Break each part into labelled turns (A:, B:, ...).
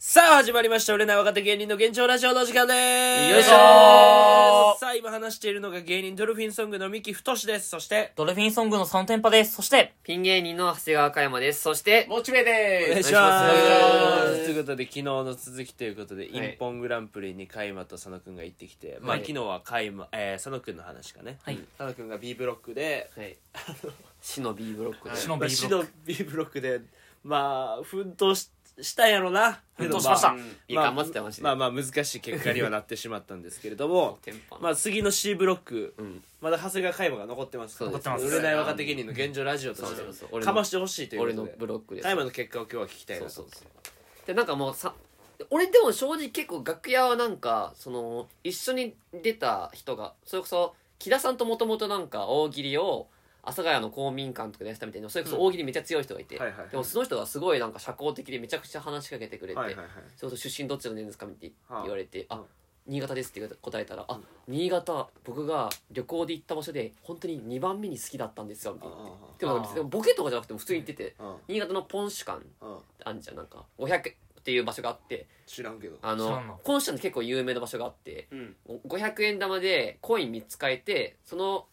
A: さあ始まりました売れない若手芸人の現状ラジオの時間です
B: よいしょー
A: さあ今話しているのが芸人ドルフィンソングの三木太ですそして
B: ドルフィンソングの3連覇です。そして、
C: ピン芸人の長谷川香山です。そして、
D: モチベで
A: お願い
D: す
A: します
C: お願いします
A: ということで昨日の続きということで、
C: はい
A: インポングランプリにカイマと佐野くんが行ってきて、まあ
C: はい
A: 昨日はカイマ、えー、佐野くんの話かね、
B: はい
A: 佐野くんが B ブロックで
C: はい。 死の B ブロックで
D: はい
B: の B ブ
A: ま
B: ロック
A: あ死の B ブロックでまあ奮闘ししたんやろな
B: 奮闘しました
A: けど
C: いや頑張ってたまし
A: まあまあまあ難しい結果にはなってしまったんですけれど も
C: テンパン
A: まあ次の C ブロック、
C: ん
A: まだ長谷川海馬が残ってますから
C: そう
B: です残ってます
A: 売れない若手芸人の現状ラジオとし
C: そうそうそう
A: て
C: 俺の
A: かましてほしいというこ
C: 俺
A: と
C: の
A: で
C: ブロックです
A: 海。馬の結果を今日は聞きたいなと
C: そう
A: 思って
C: で、なんかもうさ、俺でも正直結構楽屋はなんか、その、一緒に出た人が、それこそ、木田さんともともとなんか大喜利を、阿佐ヶ谷の公民館とかでやってたみたいな、それこそ大喜利めっちゃ強い人がいて、
A: はいはいはい
C: でもその人がすごいなんか社交的でめちゃくちゃ話しかけてくれて、
A: はいはいはい
C: それこそ出身どっちの年ですかって
A: はあ
C: 言われて
A: う
C: 「あ
A: ん
C: 新潟です」って答えたら「あ新潟僕が旅行で行った場所で本当に2番目に好きだったんですよ」みたいな
A: あ
C: でもなんか
B: ああ
C: でもボケとかじゃなくても普通に言ってて
A: あ
C: 新潟のポンシュ館
A: うんうん
C: あんじゃんなんか500っていう場所があって
A: 知らんけど
C: あ
B: 知らんの
C: のポンシュ館って結構有名な場所があって
D: うん
C: ご500円玉でコイン3つ買えてその、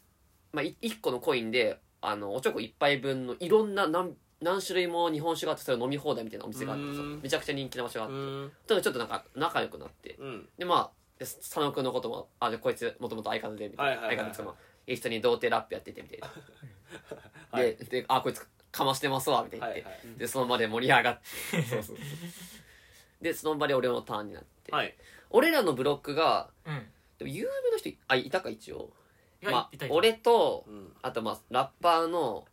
C: まあ、い1個のコインであのおちょこ1杯分のいろんな何何種類も日本酒があってそれを飲み放題みたいなお店があって
A: う
C: そ
A: ん
C: うめちゃくちゃ人気な場所があ
A: う
C: って
A: ん
C: だからちょっとなんか仲良くなって
A: うん
C: でまあで佐野君のこともあでこいつもともと相方でみたい
A: はい
C: な、
A: はいはいはい
C: 相方とかも一緒に童貞ラップやっててみたいな、
A: はい
C: でであこいつかましてますわみたいな
A: は
C: 言
A: い
C: っ
A: は
C: て、
A: い
C: でその場で盛り上がってそうそうでその場で俺のターンになって、
A: はい
C: 俺らのブロックが
B: うん。
C: でも有名な人いあいたか一応
B: いや
C: ま
B: いた
C: あ
B: い、た
C: 俺と
A: うん
C: あとまあラッパーの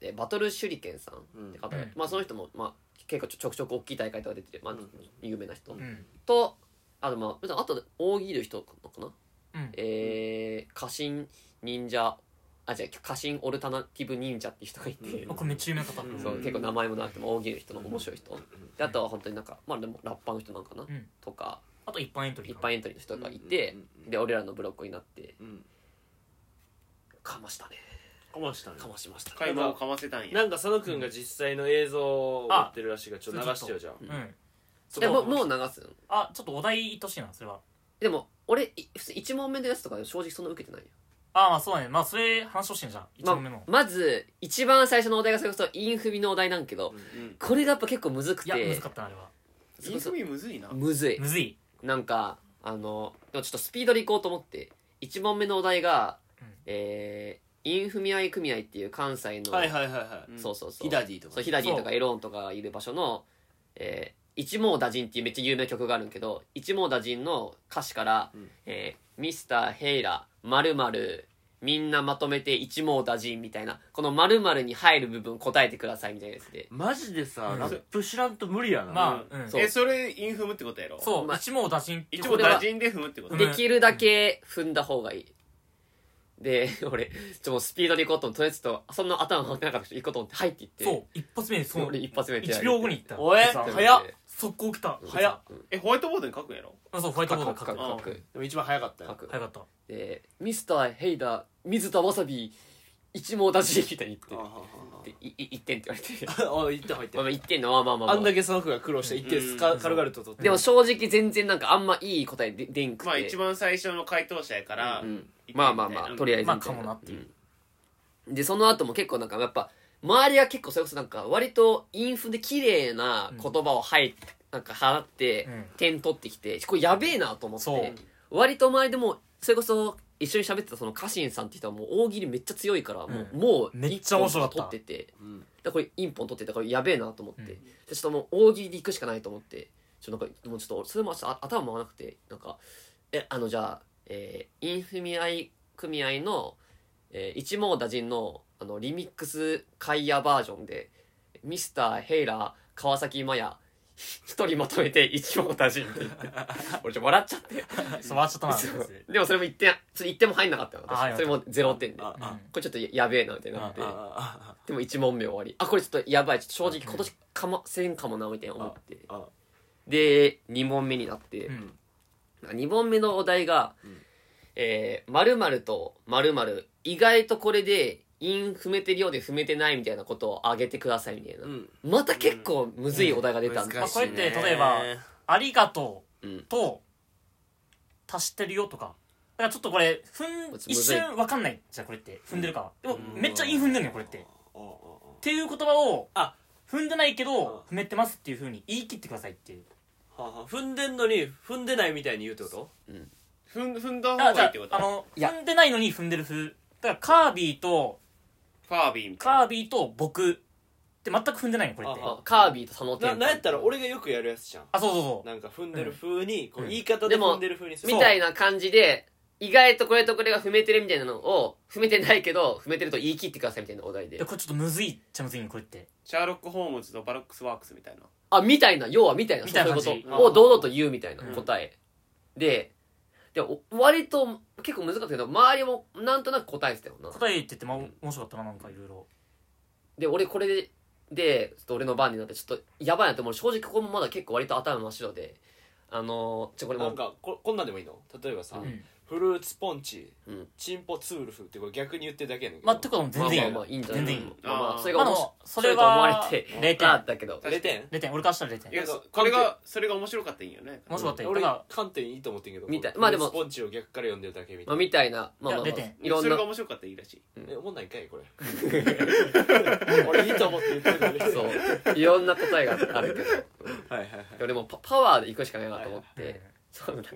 C: えバトル手裏剣さん
A: うん
C: って方が、
B: うん
C: まあ、その人も、まあ、結構ちょちょくちょく大きい大会とか出てて、まあ
A: うん
C: 有名な人、
B: うん。
C: とあとまああと大喜利の人かな
B: うん
C: えー、家臣忍者あ違う家臣オルタナティブ忍者っていう人がいて、
A: うん
B: あ、これめっちゃ有名な方。
A: うん
C: そう結構名前もなくても大喜利の人の面白い人、
A: ん
C: であとは本当になんかまあでもラッパーの人なんかな、
B: うん
C: とか
B: あと一般エントリー
C: 一
B: か。
C: 般エントリーの人がいて、
A: うん
C: で俺らのブロックになって
A: うん
C: かましたね
A: かましたね
C: かましましたね
D: 会話をかませたんや
A: なんか佐野くんが実際の映像を持ってるらしいからちょっと流してよじゃあ
B: うん。
A: そ
C: で
A: こ
C: もうもう流すの
B: あ、ちょっとお題言ってほしいな、それは。
C: でも俺い普通1問目のやつとか正直そんな受けてないよ
B: あ、まあそうだね。まあそれ話してほしいな、じゃあ。一問目の。
C: ままず一番最初のお題がそれこそインフミのお題なんけど、
A: うん
D: うん
C: これがやっぱ結構むずく
B: いや、
C: て
B: 難かったな、あれは。
C: それこそ
D: インフミむずいな
C: むずい
B: むずい。
C: なんかあのでもちょっとスピードでいこうと思って1問目のお題が、
B: うん
C: えー、インフミ合組合っていう関西の、
A: はいはいはいはい
C: そうそうそう
A: ヒダディとか
C: そうヒダディとかエローンとかがいる場所の「えー一網打尽」っていうめっちゃ有名な曲があるんけど一網打尽の歌詞から
A: うん
C: 「えーミスターヘイラ〇〇みんなまとめて一網打尽」みたいなこの〇〇に入る部分答えてくださいみたいなやつで
A: マジでさ
B: うん
A: ラップ知らんと無理やな
B: まあ、うん。
C: そう
D: えそれインフムってことやろう
B: そう、
C: まあ
B: 一問打尽。
D: 一応打尽で踏むってこと
B: うん
C: できるだけ踏んだ方がいい。で、 俺、ちょ、もうスピードで行こうと思って、とりあえずちょっと、そんな頭回ってなかったから行こうと思って入っていって。
B: そう、一発目でその
C: 俺、一発目でや
B: 1
C: る
B: 秒後に行った。
A: おえ
C: そう
A: 早っ
B: 速攻来た。
C: うん
B: 早っ。
C: うん
D: えホワイトボードに書くんやろ
B: あそう、ホワイトボード
C: カク
B: に書
C: カ
B: く
C: ク。カク
A: でも一番早かった
C: カ
A: よ
C: ク。
B: 早かった。
C: で、ミスターヘイダー、水田わさび、一網打尽みたいに
A: あ
C: 言
A: は
C: っ
A: はは
C: て、で、い、い一点って言われて。
A: あ、言って入っ
C: まあまあ一点の、まあまあまあま
A: あ
C: あ。
A: んだけその子が苦労して一点すか
D: うん
A: 軽々と取って
C: でも正直全然なんかあんまいい答えででんくて。
D: まあ一番最初の回答者やから、
C: うんまあまあまあ、とりあえず
B: まあ
C: みたい
B: かもなっていう
C: うんで、その後も結構なんかやっぱ、周りは結構それこそなんか割とインフで綺麗な言葉を入っなんか払って
B: うん、
C: 点取ってきて、これやべえなと思っ
B: そう
C: て、割と前でも、それこそ一緒に喋ってたその家臣さんって人はもう大喜利めっちゃ強いから、も
B: う
C: うんもう
B: めっちゃ面白かった
C: 一本取ってて、だか
A: うん
C: らこれ一本取ってたからやべえなと思って、
B: うん
C: でちょっともう大喜利で行くしかないと思って、ちょっとなんか、もうちょっとそれもあ頭回らなくて、なんか、えあのじゃあ、えーインフミ合組合の、えー一網打尽のあのリミックスカイヤバージョンでミスターヘイラー川崎麻也一人まとめて一網打尽って言って俺ちょっと笑っちゃって
B: そう、笑っちゃったな。
C: そうでもそれも1点それ一点も入んなかったよ
B: あはい
C: 私それも0点で
A: あ
C: こ
A: あ
B: う
C: れちょっとややべえなみたいになって
A: あ
C: でも1問目終わりあこれちょっとやばいちょっと正直今年かませんかもなみたいな思って
A: ああ
C: で2問目になって、
B: んうん。
C: 2本目のお題が
A: うん
C: 「えー〇〇と〇〇意外とこれで陰踏めてるようで踏めてない」みたいなことをあげてくださいみたいな、
A: うん
C: また結構むずいお題が出たん
A: うん
C: で、
A: 難しい
B: まあこれって例えばありがと
C: う
B: うんと、足してるよとか。だからちょっとこれ、踏ん
C: む、ずい
B: 一瞬わかんないじゃん、これって。踏んでるかは。でも、めっちゃイン踏んでるのよ、これって。っ
A: ああ
B: ていう言葉を、
A: あ
B: 踏んでないけ
A: うん
B: ど、踏めてますっていうふうに言い切ってくださいっていう。
A: ああはあはあ踏んでんのに踏んでないみたいに言うってこと
D: 踏ん踏ん
B: だ
D: だ方
B: から、じ
D: がいいっ
B: ゃ
D: てこと
B: あ、あの、
C: いや
B: 踏んでないのに踏んでる風。だから、カービィと、
D: ファービーみたいな
B: カービィと僕って全く踏んでないの、これって。
A: あ
C: あカービィと佐野
A: な
C: 天
A: なんやったら
C: 俺
A: 俺がよくやるやつじゃん
B: あ、そうそうそう。
A: なんか踏んでる
B: うん
A: 風に、こう
B: うん
A: 言い方で
C: でも
A: 踏んでる風にする
C: みたいな感じで意外とこれとこれが踏めてるみたいなのを踏めてないけど踏めてると言い切ってくださいみたいなお題
B: い
C: で
B: やこれちょっとむずいっちゃむずいんこれって
D: シャーロック・ホームズとバロックス・ワークスみたいな
C: あみたいな要はみたいな
B: み
C: そ
B: たいう
C: い
B: な
C: う
B: 感
C: こ
B: じ
C: とを堂々と言うみたいな
B: うん
C: 答えででお割と結構難しかったけど周りもなんとなく答えてたよな
B: 答えってってま面白かったななんかいろいろ
C: で俺これででちょっと俺の番になってちょっとやばいなってもう正直ここもまだ結構割と頭真っ白であのー、ちょこれも
A: なんかここんなんでもいいの例えばさ、
B: うん
A: フルーツポンチ、
C: うん
A: チンポツールフってこれ逆に言ってるだけやねんけ
B: ま
A: ど
B: あってことも
C: ま
B: 全
C: あまあ
B: 然いい
C: まあいいんじゃない
B: 全然いい
C: まあまあ
D: あー
C: それが面
B: まあ
C: 白
B: でも
C: そ
B: そ
C: れ
B: れ
C: と思わ
B: は
C: れて
B: 0点
C: あったけど
A: 0点
B: 0点俺からしたら0
D: いや
B: 点
A: そう
D: これがそれが面白かったらいいよね
B: 面白かったよ
A: 俺
B: だか
A: 観点いいと思ってんけど
C: みたい
A: これ
C: まあでも
A: フルーツポンチを逆から読んでるだけみた
C: ま
A: い
C: あ、
A: な、
C: みたいな、まあまあ、まあ
B: いや出て、
C: いろん
D: そ
C: な
D: れが、面白かったらいいらしい
A: えおもんないんかいこ れ俺いいと思って言ってるのに
C: そう、いろんな答えがあるけど、うん
A: はいはいはい
C: 俺もパパワーで行くしかないなと思っ
B: はいはい
C: て、そう、なんか、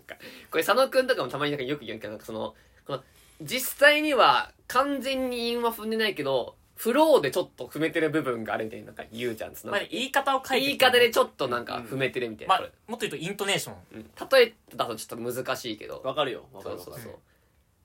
C: これ佐野くんとかもたまになんかよく言うんけど、なんかその、この、実際には完全に韻は踏んでないけど、フローでちょっと踏めてる部分があるみたいな、なんか言うじゃん、そ
B: ら
C: の
B: まあ、言い方を書いて
C: 言い方でち
B: ょっ
C: ょっとなんか踏めてるみたい
B: ま
C: な。
B: あもっと言うとイントネーション
C: うん例えだとちょっと難しいけど、
A: わかるよわか
C: そ
A: る
C: う
A: わか
C: そ
A: る
C: うそう
B: う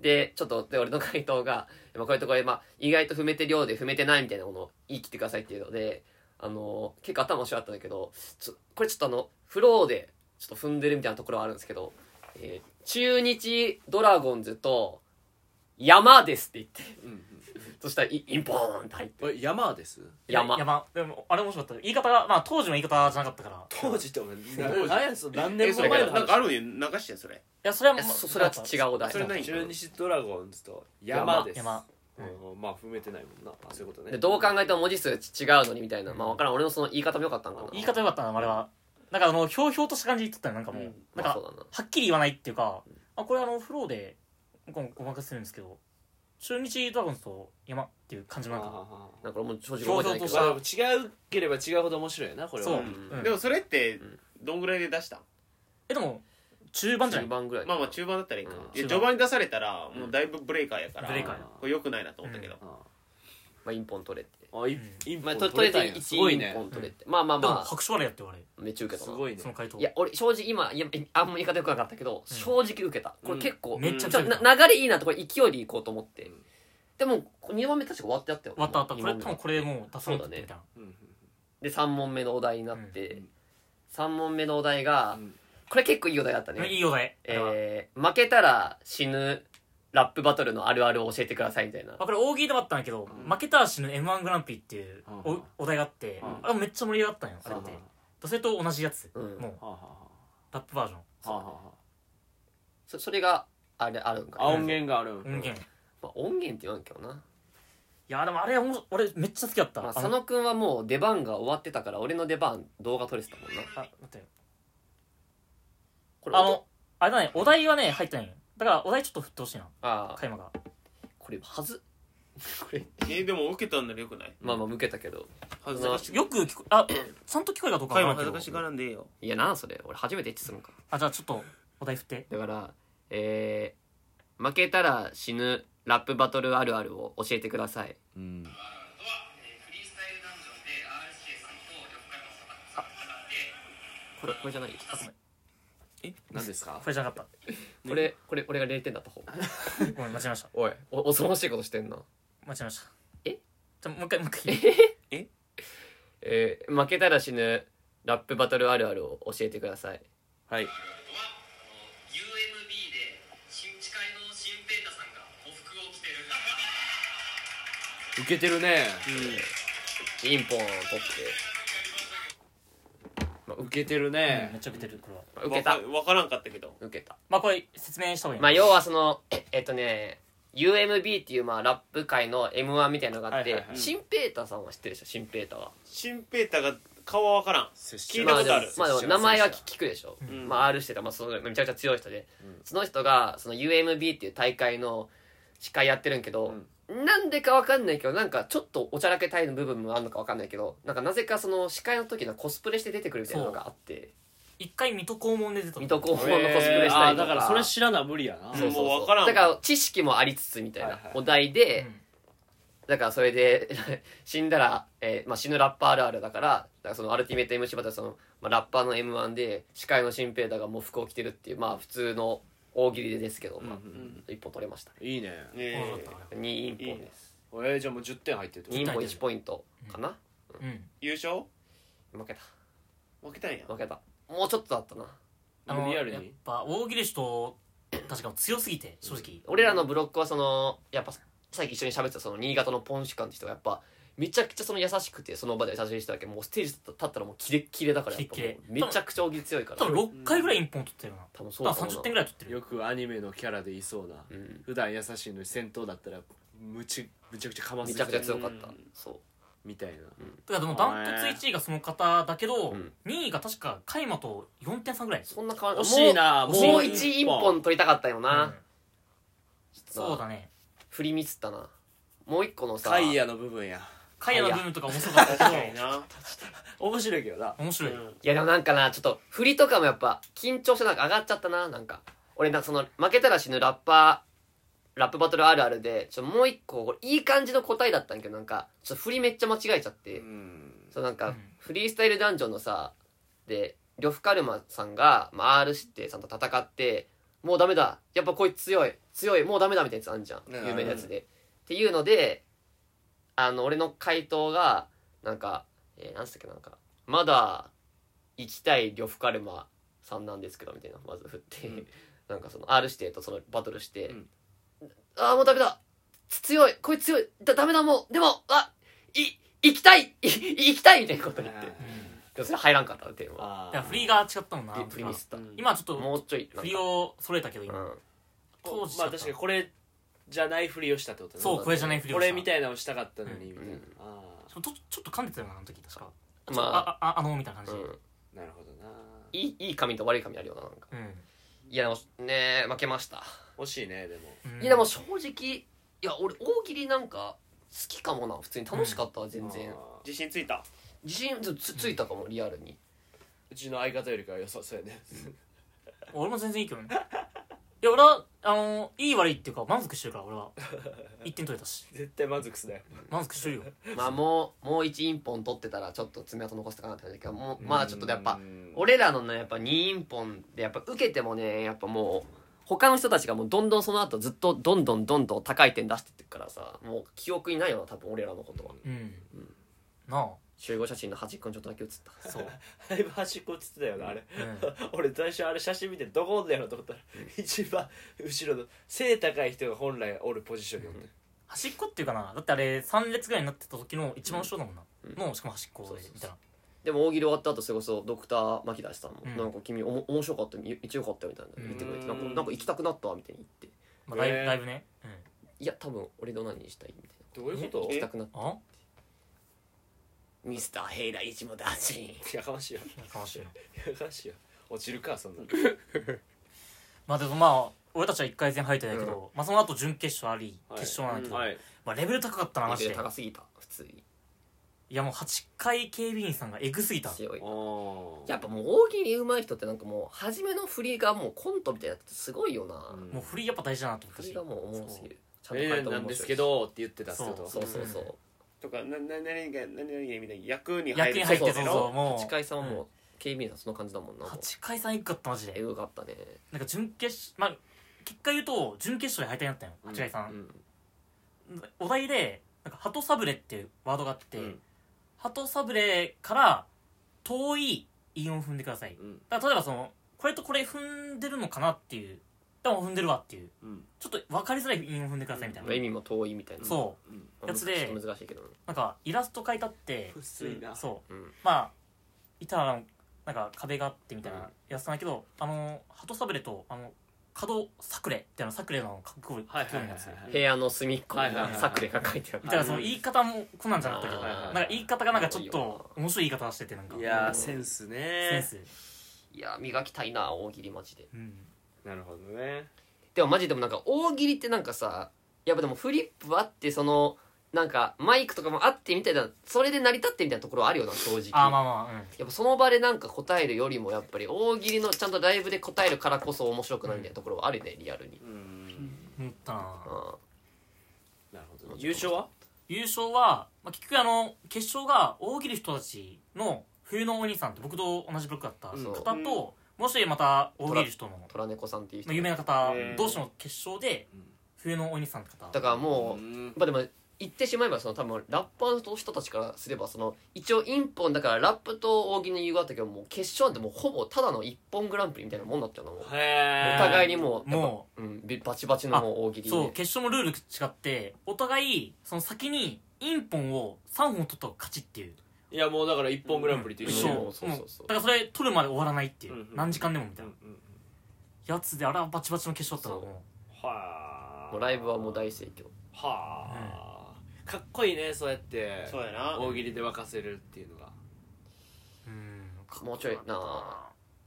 C: でちょっとで俺の回答が 「まあこれとこれ、まあ、意外と踏めてるようで踏めてない」みたいなものを言い切ってくださいっていうので、あの結構頭面白かったんだけどちょこれちょっとあのフローでちょっと踏んでるみたいなところはあるんですけど、えー中日ドラゴンズと「山です」って 言って
A: うんうん
C: そしたらイインポーンって入って
A: これ山です
C: 山
B: 山でもあれ面白かった言い方がまあ当時の言い方じゃなかったからい
A: 当時ってお前何やその何
D: え
A: 年
D: そ
A: も
D: れ
A: 前の
D: なんかあ
A: 話
D: るのに流してよそれ
B: やそれは
C: え
B: もう
C: そそれは違うお題
D: それない
A: 中日ドラゴンズと山です
B: 山
A: うんまあ踏めてないもんなあそういうことね
C: でどう考えても文字数違うのにみたいな、まあ分からん俺のその言い方も良かったんかな
B: 言い方よかったなあれはなんかあのひょうひょうとした感じで言っとったよなんかもう、
D: うん
B: なん
C: まあ
B: か
C: そうだな
B: はっきり言わないっていうか、あこれあのフローでごごまかせるんですけど中日ドラゴンズと山っていう感じのなんか
A: ああ
C: なんか俺も正直覚えてないけ
B: 表情とし
C: ど
B: た
A: まあ、でも違うければ違うほど面白いよなこれは
B: そう、
D: ん
B: うん
D: でもそれって
C: ん
D: どんぐらいで出したん
B: えでも中盤じゃ
C: 中
B: ない
C: 盤ぐらい
D: まあまあ中盤だったらいいか
C: うん
D: いや序盤に出されたらもうだいぶブレーカーやから
B: ブレーカーや
D: これ良くないなと思ったけど
A: あ
C: まあ、インポン取れて。
A: ああい
B: うん
A: 一
C: まあ、
A: 本
C: と
A: 取れ
C: 取れ
A: たん
C: て
A: や
C: 1
A: すごい
C: イン
A: ね
C: ポン取れて。まあまあ
B: でも
C: まあ、
B: 拍手笑いやって言われる
C: めっちゃ受け
A: す
C: たな。
A: ごいね
B: その回答
C: いや、俺、正直今、いや、あんま言い方よくなかったけど、
B: うん
C: 正直受けた。これ結構、
B: めっちゃ
C: ちょ
B: 強
C: っ
B: い
C: と
B: 終
C: な流れいいなと、これ勢いでいこうと思って。
A: うん
C: でも、2番目確か終わってあったよ。
B: わったあった
C: 二
B: これ
C: 問目
B: 多分これもう出さなかったみたいな、
A: うんうん
C: で、3問目のお題になって、
A: うん
C: 3問目のお題が、
A: うん
C: これ結構いいお題だったね。
B: いいお題、これは
C: えー、負けたら死ぬラップバトルのあるあるを教えてくださいみたいな
B: まあ、。これ大喜利でもあったんだけど、負けたら死ぬ m 1グランプリっていうお,、
A: うん
B: お題があって、
A: うん
B: あれもめっちゃ盛り上がったんよあれっ
A: は
B: てそれと同じやつ、
C: うん
B: もう
A: あは
B: ラップバージョン
A: あはあはあは
C: そそれがあれ、あるんか
A: ああ
C: な。
A: 音源がある
B: 音源い
C: まあ、音源って言わんけどな。
B: やでもあれおも俺めっちゃ好きだった、
C: まあ、
B: あ
C: 佐
B: の
C: 野くんはもう出番が終わってたから俺の出番動画撮れてたもんな
B: あ待ってよ
C: これ
B: あのあれだねお題はね入ってないよだからお題ちょっと振ってほしいな
C: ああ
B: 加山が
C: これはずこれ
D: えでも受けたんなら良くない
C: まあまあ向けたけど
D: 恥ずかし
B: よく聞こあ ちゃんと聞こえたかどうか
D: 会
B: わ
D: 話
B: から
D: 恥
B: ん
D: ず
B: け
D: か
B: ど
D: しがらんでええよ
C: いやなあそれ俺初めてエッチするんか
B: あじゃあちょっとお題振って
C: だからえー、負けたら死ぬラップバトルあるあるを教えてください
A: うん
E: フリースタイルダンジョンで RSK さんと横山さんが戦って
C: これこれじゃない
B: あごめん
A: 何ですか
B: これじゃなかっ
C: これこれ俺が0点だった方
B: たごめん間違えました
C: おいお恐ろしいことしてんな
B: 間違えました
C: え
B: じゃあもう一回もう一回
C: えー、負けたら死ぬラップバトルあるあるを教えてください
A: はい
E: あの UMB で新地会の新ペータさんが呉服を着て
A: 受
E: る
A: けてるね
C: インポン取って、
A: 受けてる
B: うんめ
A: ね
B: っちゃ受けてるこれは
C: まあ、受けた
D: 分からんかったけど
C: 受けた
B: まあこれ説明した方がいい
C: まあ要はそのええっとね UMB っていうまあラップ界の m 1みたいなのがあって、
A: はいはいはい
C: シンペーターさんは知ってるでしょシンペーターは
D: シンペーターが顔は分からん聞いた
C: ま
D: こ
C: あで
D: とあ
C: も
D: る、
C: まあでも名前は聞くでしょ、
D: ん
C: まあ R してた、まあ、そのめちゃくちゃ強い人で、その人がその UMB っていう大会の司会やってるんけど、なんでかわかんないけどなんかちょっとおちゃらけたいの部分もあるのかわかんないけどなんかなぜかその司会の時のコスプレして出てくるみたいなのがあって
B: 一回水戸黄門で出た
C: 水戸黄門のコスプ
A: えー
C: レした
A: あ
C: り
A: ー
C: と
A: だ
C: か,、
A: からそれ知らな無理やな
C: そうそうそう
D: もうわからん
C: だから知識もありつつみたい
A: は
C: ない
A: はい
C: お題で、
B: うん
C: だからそれで 死んだら、えーまあ、死ぬラッパーあるあるだからだからそのアルティメット MC バトルその、まあ、ラッパーの m 1で司会の新平太がもう服を着てるっていうまあ普通の大喜利ですけど、まあ
A: うん
D: うん
C: 一本取れましたね
A: いいね
D: え
B: 面白かっ
D: ー
B: たから
C: 2インポ
D: いい
C: ンで
D: ね
C: す
A: えー、じゃあもう10点入ってるってこ
C: 2インポン
B: いいね
C: 1ポイントかな、
B: うん
D: 優勝
C: 負けた
D: 負けたんや
C: 負けたもうちょっとだったな
A: と
B: あの
A: リアル
B: やっ
A: に
B: ぱ大喜利師と確かも強すぎて正直
C: 俺らのブロックはそのやっぱさっき一緒に喋ってたその新潟のポンシカンって人がやっぱめちゃくちゃその優しくてその場で優しい人だけどもうステージ立ったらもうキレッキレだからやっぱもう
B: キレッキレ
C: めちゃくちゃ大喜利強いから
B: 多分6回ぐらい一本取ったよな
C: 多分そ
B: 多
C: うだ
B: 分
C: と思う
B: 30点ぐらい取ってる
A: よくアニメのキャラでいそうな、
C: うん
A: 普段優しいのに戦闘だったらむちむちゃくちゃかま
C: め
A: す
C: ちゃくちゃ
A: 人
C: 強かった
D: うん
C: そう
A: みたいな
B: だからでもダントツ1位がその方だけど、
C: うん
B: 2位が確かカイマと4点差ぐらい
C: そんな変わら
A: 惜しいな
C: も
A: も
C: う
A: う
C: もう1一本取りたかったよな、
B: うんそうだね
C: 振りミスったなもう一個のさ
A: カイヤの部分や
B: カイヤの部分とか面白かっ
D: 確
B: た
D: か
B: け
D: にな
A: 面白いけどな
B: ど面白い、
D: うん
C: いやでもなんかなちょっと振りとかもやっぱ緊張してなんか上がっちゃったななんか俺なんかその負けたら死ぬラッパーラップバトルあるあるでちょっともう一個これいい感じの答えだったんだけどなんかちょっと振りめっちゃ間違えちゃって、
A: うん
C: そうなんか、
B: うん
C: フリースタイルダンジョンのさで呂布カルマさんが、まあ、R 指定さんと戦ってもうダメだやっぱこいつ強い強いもうダメだみたいなやつあんじゃん
A: うん
C: 有名なやつで、っていうのであの俺の回答がなんか、えー、なんつったっけなんかまだ行きたい呂布カルマさんなんですけどみたいなまず振って、
A: うん
C: なんかその R 指定とそのバトルして、
A: うん
C: ああもうダメだつ強いこいつ強いだダメだもうでもあい行きたい い行きたいみたいなこと言って
B: うん
C: でもそれ入らんかったの点は
A: あー
B: だから振りが違ったもんな
C: で振りミスった
D: うん
B: 今ちょっと
C: もうちょい
B: 振りを揃えたけど
C: なん
B: 今、
C: か
B: 当時
A: まあ確かにこれじゃないふりをしたってことね
B: そうこれじゃない振り
A: こ
B: をした
A: れみたいなのをしたかったのにみたいな、
C: うん
A: あ
B: ちょっとちょっと噛んでたよなあの時確か
C: うんまあ
B: ああああのみたいな
C: う
B: 感じ
C: ん
B: で
A: あなるほどない
C: いいい髪と悪い髪あるよななんか
B: うん、
C: いやでもね負けました
A: 惜しいねでも
B: うん
C: いやでも正直いや俺大喜利なんか好きかもな普通に楽しかったわ全然
A: あー
D: 自信ついた
C: 自信つつついたかもリアルに
A: うちの相方よりかは良さそうやね
B: 俺も全然いいけどねいや俺はあのいい悪いっていうか満足してるから俺は1点取れたし
A: 絶対満足すね
B: 満足してるよ
C: まあもうもう1インポン取ってたらちょっと爪痕残したかなって感じだけどもうまあちょっとやっぱ
A: うん
C: 俺らのねやっぱ2インポンでやっぱ受けてもねやっぱもう他の人たちがもうどんどんその後ずっとどんどんどんどん高い点出してってくからさもう記憶にないよな多分俺らのことは
B: うん、なあ
C: 集合写真の端っこにちょっとだけ写った
B: そう、
A: だいぶ端っこつってたよなあれ
B: うん、
A: 俺最初あれ写真見てどこおんだよなと思ったら一番後ろの背高い人が本来おるポジションにおって
B: 端っこっていうかなだってあれ3列ぐらいになってた時の一番後ろだもんな、のしかも端っこでみたいな
C: でも大喜利終わった後それこそドクター牧田さんも、
B: うん
C: なんか君おも面白かったよい一応よかったよみたいな言ってくれてなんか
D: うん
C: なんか行きたくなったわみたいに言って
B: まあ、だいぶ、
A: へえ
B: だいぶね、うん、
C: いや多分俺の何にしたいみたい
A: どういうこと
C: な行きたくなった
B: あ
C: ミスターヘイラ一もだし
A: やかましいよ
B: やかましいな
A: やかましいよ落ちるかそんなの
B: まあでもまあ俺たちは1回戦敗退だけど、まあ、その後準決勝あり
A: はい
B: 決勝なんだけど、
A: はい
B: まあ、レベル高かったなマジで
C: 高すぎた普通に
B: いやもう8回警備員さんがエグすぎた
C: 強い
A: お
C: やっぱもう大喜利上手い人ってなんかもう初めの振りがもうコントみたいになっててすごいよな、
B: もう振りやっぱ大事だなと思った
C: 振
B: し
C: りがもうおもろすぎるち
A: 「ええ
C: も
A: なん
C: 面白い
A: ですけど」って言ってたってこと
C: そうそうそう、
D: とかなな何々が何々がみたいな役に入
B: 役
D: る
B: に入ってそう
C: そ
B: そうう
C: そう
B: もう
C: 近井さんはもう警備員さんその感じだもんなもう
B: 8回戦エグかったマジ
C: え
B: で
C: ぐかったね
B: なんか準決勝まあ結果言うと準決勝で敗退になったよ
A: うん
B: 8回さん、
A: うん
B: お題でなんか鳩サブレっていうワードがあって、
A: うん
B: 鳩サブレから遠い韻を踏んでください
A: うん
B: だから例えばそのこれとこれ踏んでるのかなっていうでも踏んでるわっていう
A: うん
B: ちょっと分かりづらい韻を踏んでくださいみたいな、
C: 意味も遠いみたいな
B: そう
A: うん
B: やつで
C: ちょっと難しいけど
B: なんかイラスト描いたって
A: 薄いな
B: そう、
C: うん
B: まあ板のなんか壁があってみたいうなんやつなんだけど、あの鳩サブレとあの角桜ってあの桜のかっこいい
A: はいはいはい
B: やつ
A: はい
C: 部屋の隅っこ
A: はい
C: に
A: はいはい
C: 作例が書いてある
B: みたいなその言い方もこんなんじゃなかったけど
A: はいはいは
B: な
A: い
B: んか言い方がなんかちょっと面白い言い方しててなんか
A: いやーセンス
B: セン
A: ね
B: ス
C: いや磨きたいな大喜利マジで
B: うん
A: なるほどね
C: でもマジでもなんか大喜利ってなんかさやっぱでもフリップあってそのなんかマイクとかもあってみたいなそれで成り立ってみたいなところあるよな正直
B: あーまあまあうん
C: やっぱその場でなんか答えるよりもやっぱり大喜利のちゃんとライブで答えるからこそ面白くなるみたいなところはあるねリアルに、
A: うん
B: 思ったな
C: うん、
A: なるほど優勝は
B: 優勝は、まあ、結局あの決勝が大喜利人たちの冬のお兄さんって僕と同じブロックだった
C: そう
B: 方と、もう一人また大喜利人の、ま
C: 虎猫さんっていう人
B: あ、有名な方
A: へー
B: 同士の決勝で
A: うん
B: 冬のお兄さんって方
C: だからも
A: う
C: う、
A: ん
C: まあでも言ってしまえばその多分ラッパーの人たちからすればその一応インポンだからラップと大喜利の融合だったけどもう決勝なんてもうほぼただの一本グランプリみたいなもんだったのもう
A: へー
C: お互いにもうやっぱ
B: も
C: うん、びバチバチのもう大喜
B: う
C: 利で
B: そう決勝もルール違ってお互いその先にインポンを3本取ったら勝ちっていう
A: いやもうだから一本グランプリと一緒
C: うん
A: よ
B: も
C: そうそうそう
B: だからそれ取るまで終わらないっていう、
A: うんうん
B: 何時間でもみた
A: う
B: い
A: ん
B: な
A: うんうん
B: やつであれはバチバチの決勝だったのも
A: はあ
C: もうライブはもう大盛況
A: はあかっこいいねそうやって
D: そうやな
A: 大喜利で沸かせるっていうのが
B: ううん
C: もうちょいな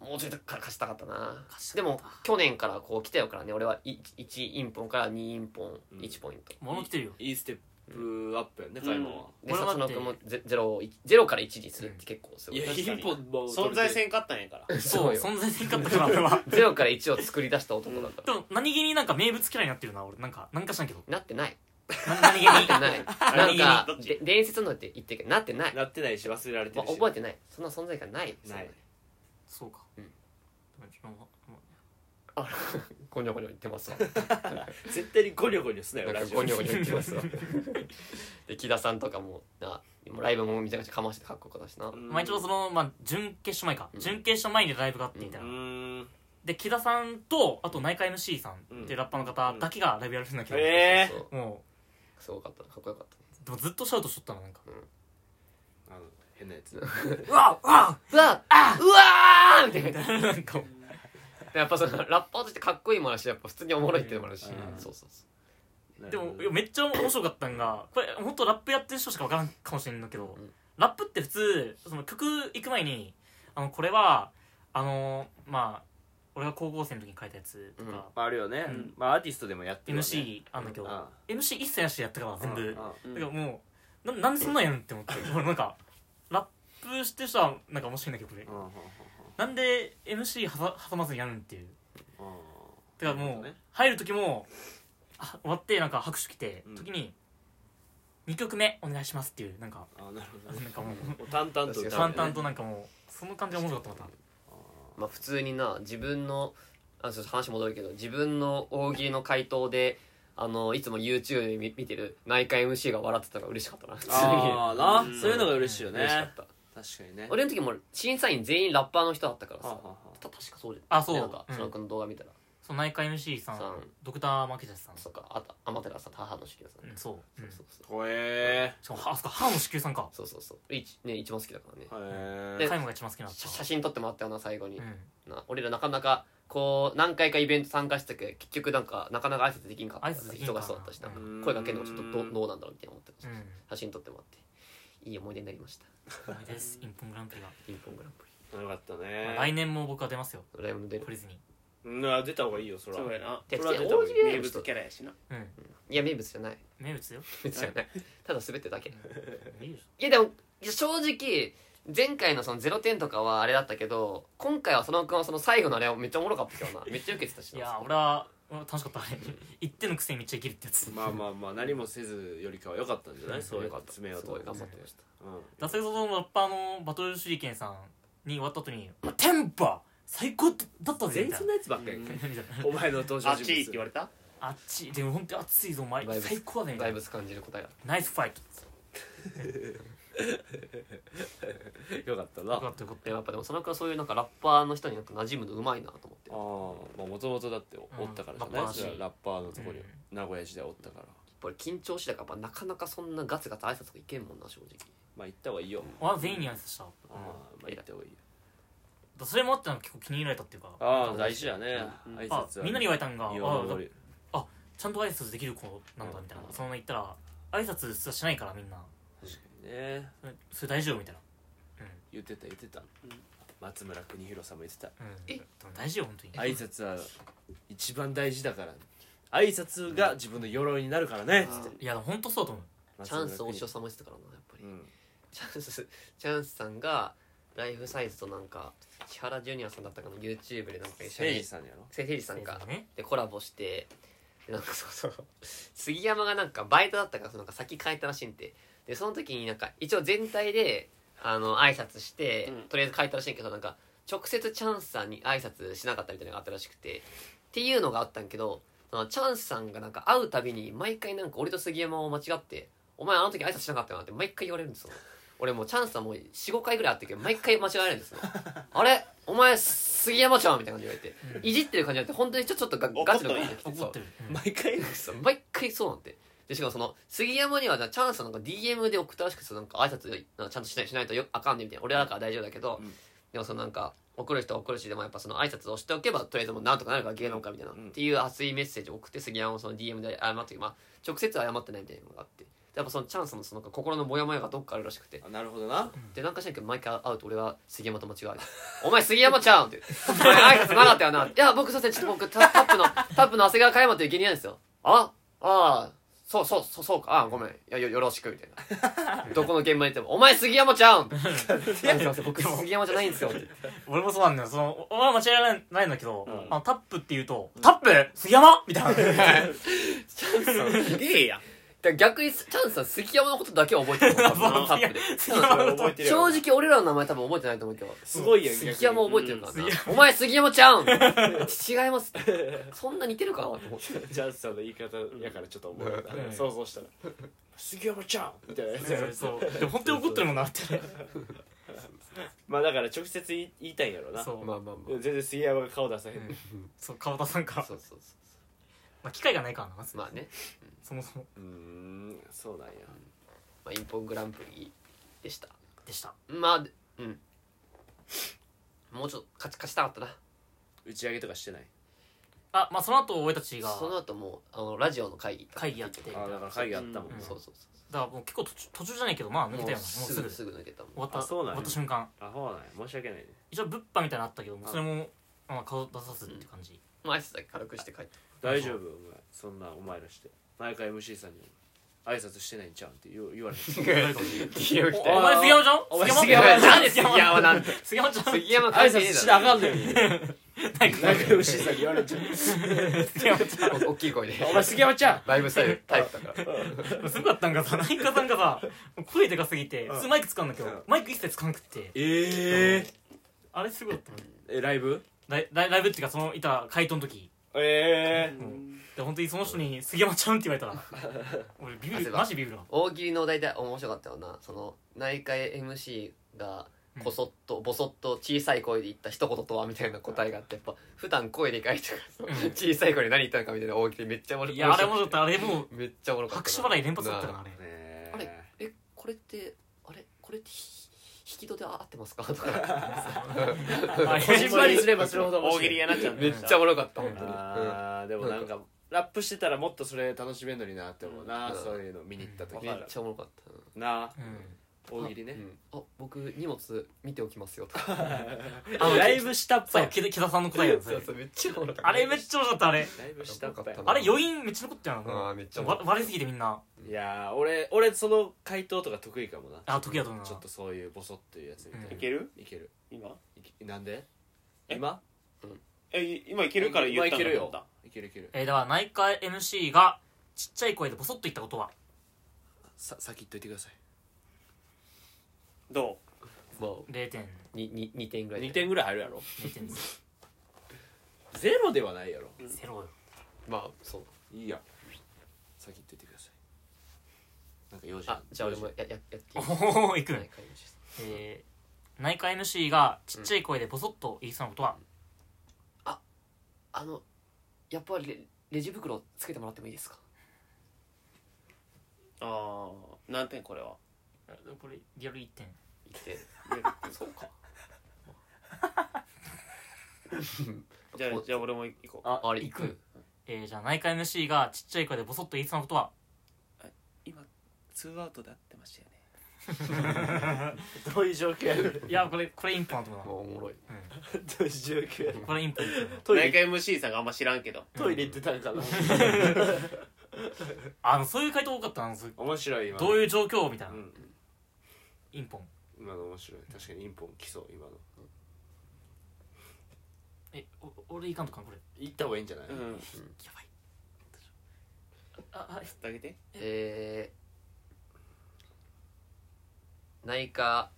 C: もうちょいだから貸したかったな
B: 勝ちた
C: で
B: かっ
C: も去年からこう来たよからね俺は 1, インポンから2インポン
A: うん
C: 1ポイント、
B: た物来てるよ
A: いいステップアップやね開門は
C: で
B: 俺は
C: 佐
B: だ
C: 野
B: って
C: 君もゼゼロをいゼロから1にするって結構すご
A: い
C: い、
A: や
D: 確かに
A: 一本もう取れて
D: 存在せんかったんやから
C: そ
B: そうう
C: よ
B: 存在せんかった から俺は
C: ゼロから1を作り出した男だから、
B: でも何気になんか名物嫌いになってるな俺なんか何かしらんけど
C: なって ない
B: な何気に
C: なってない
D: れ
C: なんか
D: どっち
C: で伝説のって言ってるけどなってない、
A: なってないし忘れられて
C: まあ
A: るし
C: 覚えてないそんな存在感ない
A: ない
B: そうか
C: うん
B: でもちょっともうも
C: あゴニョゴニョ言ってますわ
A: 絶対にゴニョゴニョすなよ
C: なんか
A: ラジオ
C: ゴニョゴニョ言ってますわ で木田さんとかもなもうライブもめちゃくちゃかましてかっこよかったしな、
B: うまあ一応そのまあ準決勝前か
C: うん
B: 準決勝前にライブがあってみたいうな
A: ーん
B: で木田さんとあと内科 MC さんっていうラッパーの方だけがライブやるんだけど
A: え
C: そう
B: も
C: すごかったかっこよかった
B: うでもずっとシャウトしとったのなんか
A: あの変なやつ
B: うわうわ
C: うわあうわーみ たいな
B: みたい ななんか
C: やっぱそのラッパーとしてかっこいいもあるしやっぱ普通におもろいっていうのもある
A: う
C: し、
A: ん
C: そうそうそ
B: でもいやめっちゃ面白かったんがこれ本当ラップやってる人しか分からんかもしれんのけど、
C: うん
B: ラップって普通その曲行く前にあのこれはあのまあ俺が高校生の時に書いたやつとか、
A: まああるよね
B: うん
A: まあアーティストでもやってるよね
B: MC あんだけど、
A: うん
B: MC 一切なしでやったから全部、
A: うんうん
B: だからもうななんでそんなんやるんって思って俺なんかラップしてる人はなんか面白いんだけどこれ、
A: うんうんうん
B: なんで MC は挟まずにやるんっていう
A: うん
B: だから
A: なるほ
B: も
A: ど
B: う
A: ね
B: 入る時もあ終わってなんか拍手来て、
A: うん
B: 時に2曲目お願いしますっていうなんか
A: あなるほど
B: なん
A: ね
B: かもう
A: もう淡々と歌うね
C: 淡
B: 淡々となんかもうその感じが面白かったま
C: うまあ普通にな自分のあちょっと話戻るけど自分の大喜利の回答であのいつも YouTube で見見てる内科 MC が笑ってたのが嬉しかったな普通に
A: ああ
D: う
A: なんそういうのが嬉しいよ
C: 嬉しか
A: ね
C: った
A: 確かにね
C: 俺の時も審査員全員ラッパーの人だったから
A: はあ
C: さ
A: はあは
C: た確かそうで
B: あそう
C: なんか
B: うん
C: その君の動画見たら、
B: その内科 MC さん
C: さん
B: ドクター・マケジャスさん
C: そっかあた天照さん母の式ださん、
B: うんそううんし
C: そうそう
A: あほえ
B: かもあそこ歯も子宮さんか
C: そうそうそう一ね一番好きだからね、
A: ーへ
C: で
A: え
B: タイムが一番好きなの
C: 写写真撮ってもらったよな最後に、
B: うん
C: な俺らなかなかこう何回かイベント参加してたけど結局なんかなかなか挨拶できんかった
B: 挨拶できんか
C: 人
B: な
C: がそうだったしなんか
A: うん
C: 声かけるのもちょっとどどうなんだろうみたいな思ってました
B: うん
C: 写真撮ってもらっていい思い出になりました
B: 思い出ですインポングランプリが
C: ピンポングランプ
A: よかった
B: まあ
A: ね
B: 来年も僕は出ますよ
C: リライブの出る
B: 懲りずに
A: うんあ出た方がいいよそら
D: そうやな
C: で
A: それは出た方
C: 大
A: がい
C: 喜
A: い
C: 利
D: 名
C: の
D: 物
C: 人
D: キャラやしな
B: うん
C: いや名物じゃない
B: 名物だよ
C: 名物じゃないただ滑ってるだけ
B: いいでし
C: いやでもいや正直前回のその0点とかはあれだったけど今回はその君はその最後のあれはめっちゃおもろかったけど なめっちゃ受けてたし
B: ょい
C: な
B: や俺は俺は楽しかったあれ一点のくせにめっちゃいけるってやつ
A: まあまあまあ何もせずよりかは良かったんじゃないそういう
C: よかったす
A: 詰めようと
C: ごい頑張ってました
A: うん
B: ダセゾのラッパーのバトル手裏剣さんに終わった後に「テンパ最高だったぜ」
A: 全員
B: みた
A: そ
B: い
A: ん
B: な
A: なやつばっかりやんか
B: みたいな
A: お前の登場人物
D: あっちいいって言われた
B: あっちでも本当に熱いぞお前
C: バイブス
B: 最高だねみた
C: 大
B: いな
C: 仏感じる答えだった
B: ナイスファイト
A: よかったな
B: よ
A: あ
B: かったよかっ
C: でもやっぱでもその君はそういうなんかラッパーの人になんか馴染むのうまいなと思っ
A: あ
C: て
A: まあもともとだってお
B: うん
A: おったからじゃな
B: ラッパー
A: い
B: だし
A: それはラッパーのとこに
B: うん
A: 名古屋時代おったから
C: これ緊張してたからやっぱなかなかそんなガツガツ挨拶がいけんもんな正直
A: まあ行った方がいいよ
B: たわ全員に挨拶した
A: ああまあ行った方がいいよ
B: ダぱそれもあってなんか結構気に入られたっていうか
A: ああ大事やね
D: うん
A: 挨拶
B: あ
A: は
B: みんなに言われたんが
A: いい
B: あ
A: よ俺
B: ちゃんと挨拶できる子なんだみたいな、そのまま言ったら挨拶すらしないからみんな
A: ね
B: それそれ大丈夫みたいな
A: 言ってた言ってた松村邦弘さんも言ってた
B: うんでも大丈夫本当に
A: 挨拶は一番大事だから挨拶が自分の鎧になるからねつって
B: いやでも本当そうだと思う
C: チャンス
A: 松
C: 大塩
A: 村
C: さんも言ってたからなやっぱり、
A: 邦弘
C: チャンスチャンスさんがライフサイズとなんか千原ジュニアさんだったかな YouTube でなんか一緒
A: うん
C: に
A: イジさんやろ
C: せいせいじさんが
B: せいじさんね
C: でコラボしてでなんかそうそう杉山がなんかバイトだったからそのなんか先変えたらしいんででその時になんか一応全体であの挨拶して、
D: うん
C: とりあえず変えたらしいんけどなんか直接チャンスさんに挨拶しなかったみたいなのがあったらしくてっていうのがあったんけどそのチャンスさんがなんか会うたびに毎回なんか俺と杉山を間違って「お前あの時挨拶しなかったよな」って毎回言われるんですよ俺もうチャンスさんもう45回ぐらい会っ てるけど毎回間違えられるんですよあれお前杉山ちゃんみたいな感じで言われて、いじってる感じじゃなくて本当にちょちょっとガガチの感じで来て
B: 怒ってる、うん
A: 毎回
C: そう毎回そうなんてでしかもその杉山にはじゃあチャンスなんか DM で送ったらしくてなんか挨拶なんかちゃんとしないしないとよあかんねみたいな俺はだから大丈夫だけど、
A: うん
C: でもそのなんか送る人は送るしでもやっぱその挨拶をしておけばとりあえずもうなんとかなるから芸能界みたいな、
A: うん
C: っていう熱いメッセージを送って杉山もその DM で謝ってまあ直接謝ってないみたいなのがあってやっぱそのチャンスのそのなんか心のモヤモヤがどっかあるらしくて
A: あなるほど な
C: でなんかしらんけど毎回会うと俺は杉山と間違えるお前杉山ちゃうん」って「お前挨拶なかったよな」いや僕すいませんちょっと僕タタップのタップの長谷川加山という芸人なんですよあああそうそうそうそうかあごめんいやよよろしくみたいなどこの現場に行っても「お前杉山ちゃうん」ってすいません僕杉山じゃないんですよって
B: 俺もそうなんだよそのおお前間違いないないんだけど、
A: ん
B: あのタップって言うと「タップ杉山!」みたいな
D: すげえや
C: だから逆にチャンスさん杉山のことだけは覚えてる タップで
B: 杉山のこと
A: 覚えてるよ
C: 正直俺らの名前多分覚えてないと思うけど
A: すごいやん
C: 杉山覚えてるからな
B: う
C: 「
B: ん
C: お前杉山ちゃ うん」違いますそんな似てるかなと思って
A: ジャズさんの言い方やからちょっと思う
B: うん
A: 想像したら「杉山ちゃん!」みたいなやつ
B: そうそうでも本当に怒ってるもんなって
A: まあだから直接言いたいんやろうな
B: そう、
C: まあまあまあ
A: 全然杉山が顔出さへん
B: そう川田さんから
C: そうそうそ
B: まあ、機会がないからなまず
C: うまあね、
B: そもそも
A: うーんそうなんや
C: まあ、インポングランプリでした
B: でした
C: まあでうんもうちょっと勝ち勝ちたかったな
A: 打ち上げとかしてない
B: あまあその後俺たちが
C: その後もうあのラジオの会議
B: 会議やって
C: 結
B: だ
C: 局
B: か
A: あだから会議あったもん
C: う
A: なん
C: そうそう
B: らもう結構途中途中じゃないけどまあ抜
C: そう
B: けたよなもうす
C: す
B: ぐ
C: ぐ
B: 終
C: すぐ抜けたもん
B: わった
A: あそう
B: 終
A: なんや
B: わった瞬間
A: あほうなんや申し訳ないね
B: 一応物販みたいなのあったけどもそれもまあ顔出さずって感じ、
C: まあ挨拶だけ軽くして帰った
A: 大丈夫お前そんなお前らして毎回 MC さんに挨拶してないんちゃうんって言う言われて
C: DM 来
B: おお前杉山ちゃん
A: お前
B: 杉
A: 杉
B: 山
A: 山
B: ちゃん
C: なんで杉山なんで
B: 杉山ちゃん
C: 杉山
A: 挨拶
C: 関係ねえ
A: し
C: だ
A: なあか
C: ろ
A: んねん毎回 MC さんに言われちゃう
B: 杉山ちゃん
C: お大きい声 で
A: お前杉山ちゃん
C: ライブスタイルタイプだから
B: すごかったんがさ何かさんがさ声でかすぎて
A: うん
B: 普通マイク使うんだけど、
A: うん
B: マイク一切使わなくて
A: ええ
B: あれすごかったな
A: えライブ
B: ライライライブっていうかそのいた回答の時
A: ええ
B: で本当にその人に「杉山ちゃん」って言われたら俺ビビ
C: 汗
B: る
C: ば
B: マジビビるわ
C: 大喜利の大体面白かったよなその内科 MC がこそっとぼそっと小さい声で言った一言とはみたいな答えがあってやっぱ普段声でかいとかその小さい声で何言ったのかみたいな大喜利めっちゃ面白
B: いやあれもちょ
C: 面
B: っとあれもう
C: 白いめっちゃおもろかった
B: 拍手払い連発だったか
C: な
B: らあれ
A: ね
C: あれ
A: え
C: えこれってあれこれってひ引き戸で合ってますかとか
B: あ
A: こじんまりすればするほど面
D: 大
A: 白い
D: 喜利やなっちゃう
C: めっちゃおもろかった本当に
A: あーでもなんかラップしてたらもっとそれ楽しめんのになって思うな、
C: うん
A: そういうの見に行った
C: うん
A: 時、
C: めっちゃおもろかったうん
A: なあ
B: うん
A: 大喜利ね、
C: あ僕荷物見ておきますよとか
A: あのライブしたっぽい
B: そう木田さんの答えやんそ
C: そ
B: れ
C: うそうめっちゃおもろかった
B: あれめっちゃ面白かったあれ
A: ライブしたっぽい
C: よかった
B: あれ余韻めっちゃ残ってる
C: あーめっちゃ
B: わ割れすぎてみんない
A: やー俺俺その回答とか得意かもな
B: あ得意だと思うな
A: ちょっとそういうボソっていうやつみたいな、
B: うん
D: いける
A: いける
D: 今
A: いけなんで
D: え
A: 今
D: えい今いけるから言った
A: 今いける
D: んだと思
A: よ
D: った
A: いけるいける
B: えー、では内科 MC がちっちゃい声でボソッと言ったことは
A: さ先言っといてください
D: ど
C: まあ
B: 0点
C: にに2点ぐらいで
A: 2点ぐらい入るやろ
B: 0点です
A: ゼロではないやろ
B: ゼロよ
C: まあそう
A: いいや先言っといてくださいなんか用事
C: あじゃあ俺も
A: 用事
C: やややっていい
B: おお いく
C: はい
B: ねえー、内科 MC がちっちゃい声でボソッと言いそうなことは、
C: あのやっぱりレレジ袋つけてもらってもいいですか
D: うああ何点これは
B: これリアル1点
C: 言って
D: で
C: そうか
D: じゃあじゃあ俺も行こう
B: あ
C: あれ
B: 行く、えーじゃあ内科 MC がちっちゃい声でボソッと言いそうなことは
D: 今ツーアウトで会ってましたよね
A: どういう状況やる
B: いやこれこれインプなんだな
C: もうおもろい
A: どういう状況やる
B: これインプなんだな
A: トイ
D: 内科
A: レ
D: MC さんがあんま知らんけど
A: トイレ行ってたんかな
B: あのそういう回答多かったなあのそう
A: 面白い今
B: どう
A: う、
B: いう状況みたいな、
A: ん、
B: インポン
A: 今の面白い確かにインポン来そう今の
B: えお俺いかんとかなこれ
A: 行った方がいいんじゃない、
D: うん言っ
B: やばいああ
D: てあげて
C: えー、内科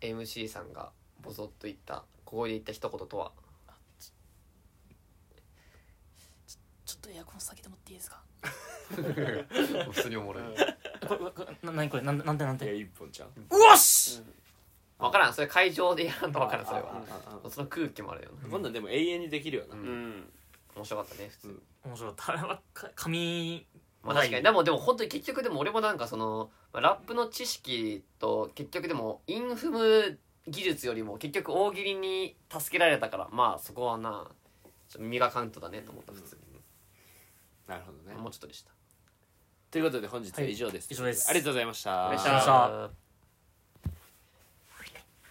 C: MC さんがボソッと言ったここで言った一言とは
B: ちょっとエアコン下げてもらっていいですか
C: 普通におもろい
B: これこれな何これなんなんてなん
A: いや
B: て
A: インポンちゃん
B: うわっし
C: 分からんそれ会場でやらんと分からんそれ
A: あ
C: は
A: ああ
C: その空気もあるよ
A: あ
C: な
A: こんなんでも永遠にできるよな、
C: うん
D: うん
C: 面白かったね普通に
B: 面白かったあれは か紙
C: まあ確かにでもでも本当に結局でも俺もなんかそのまあラップの知識と結局でもインフム技術よりも結局大喜利に助けられたからまあそこはなちょっと耳がカウントだねと思った普通に、
A: なるほどね
C: もうちょっとでした
A: ということで本日は以上です、
B: はい以上です
A: ありがとうございました
D: ありがとうございました
B: よっしゃ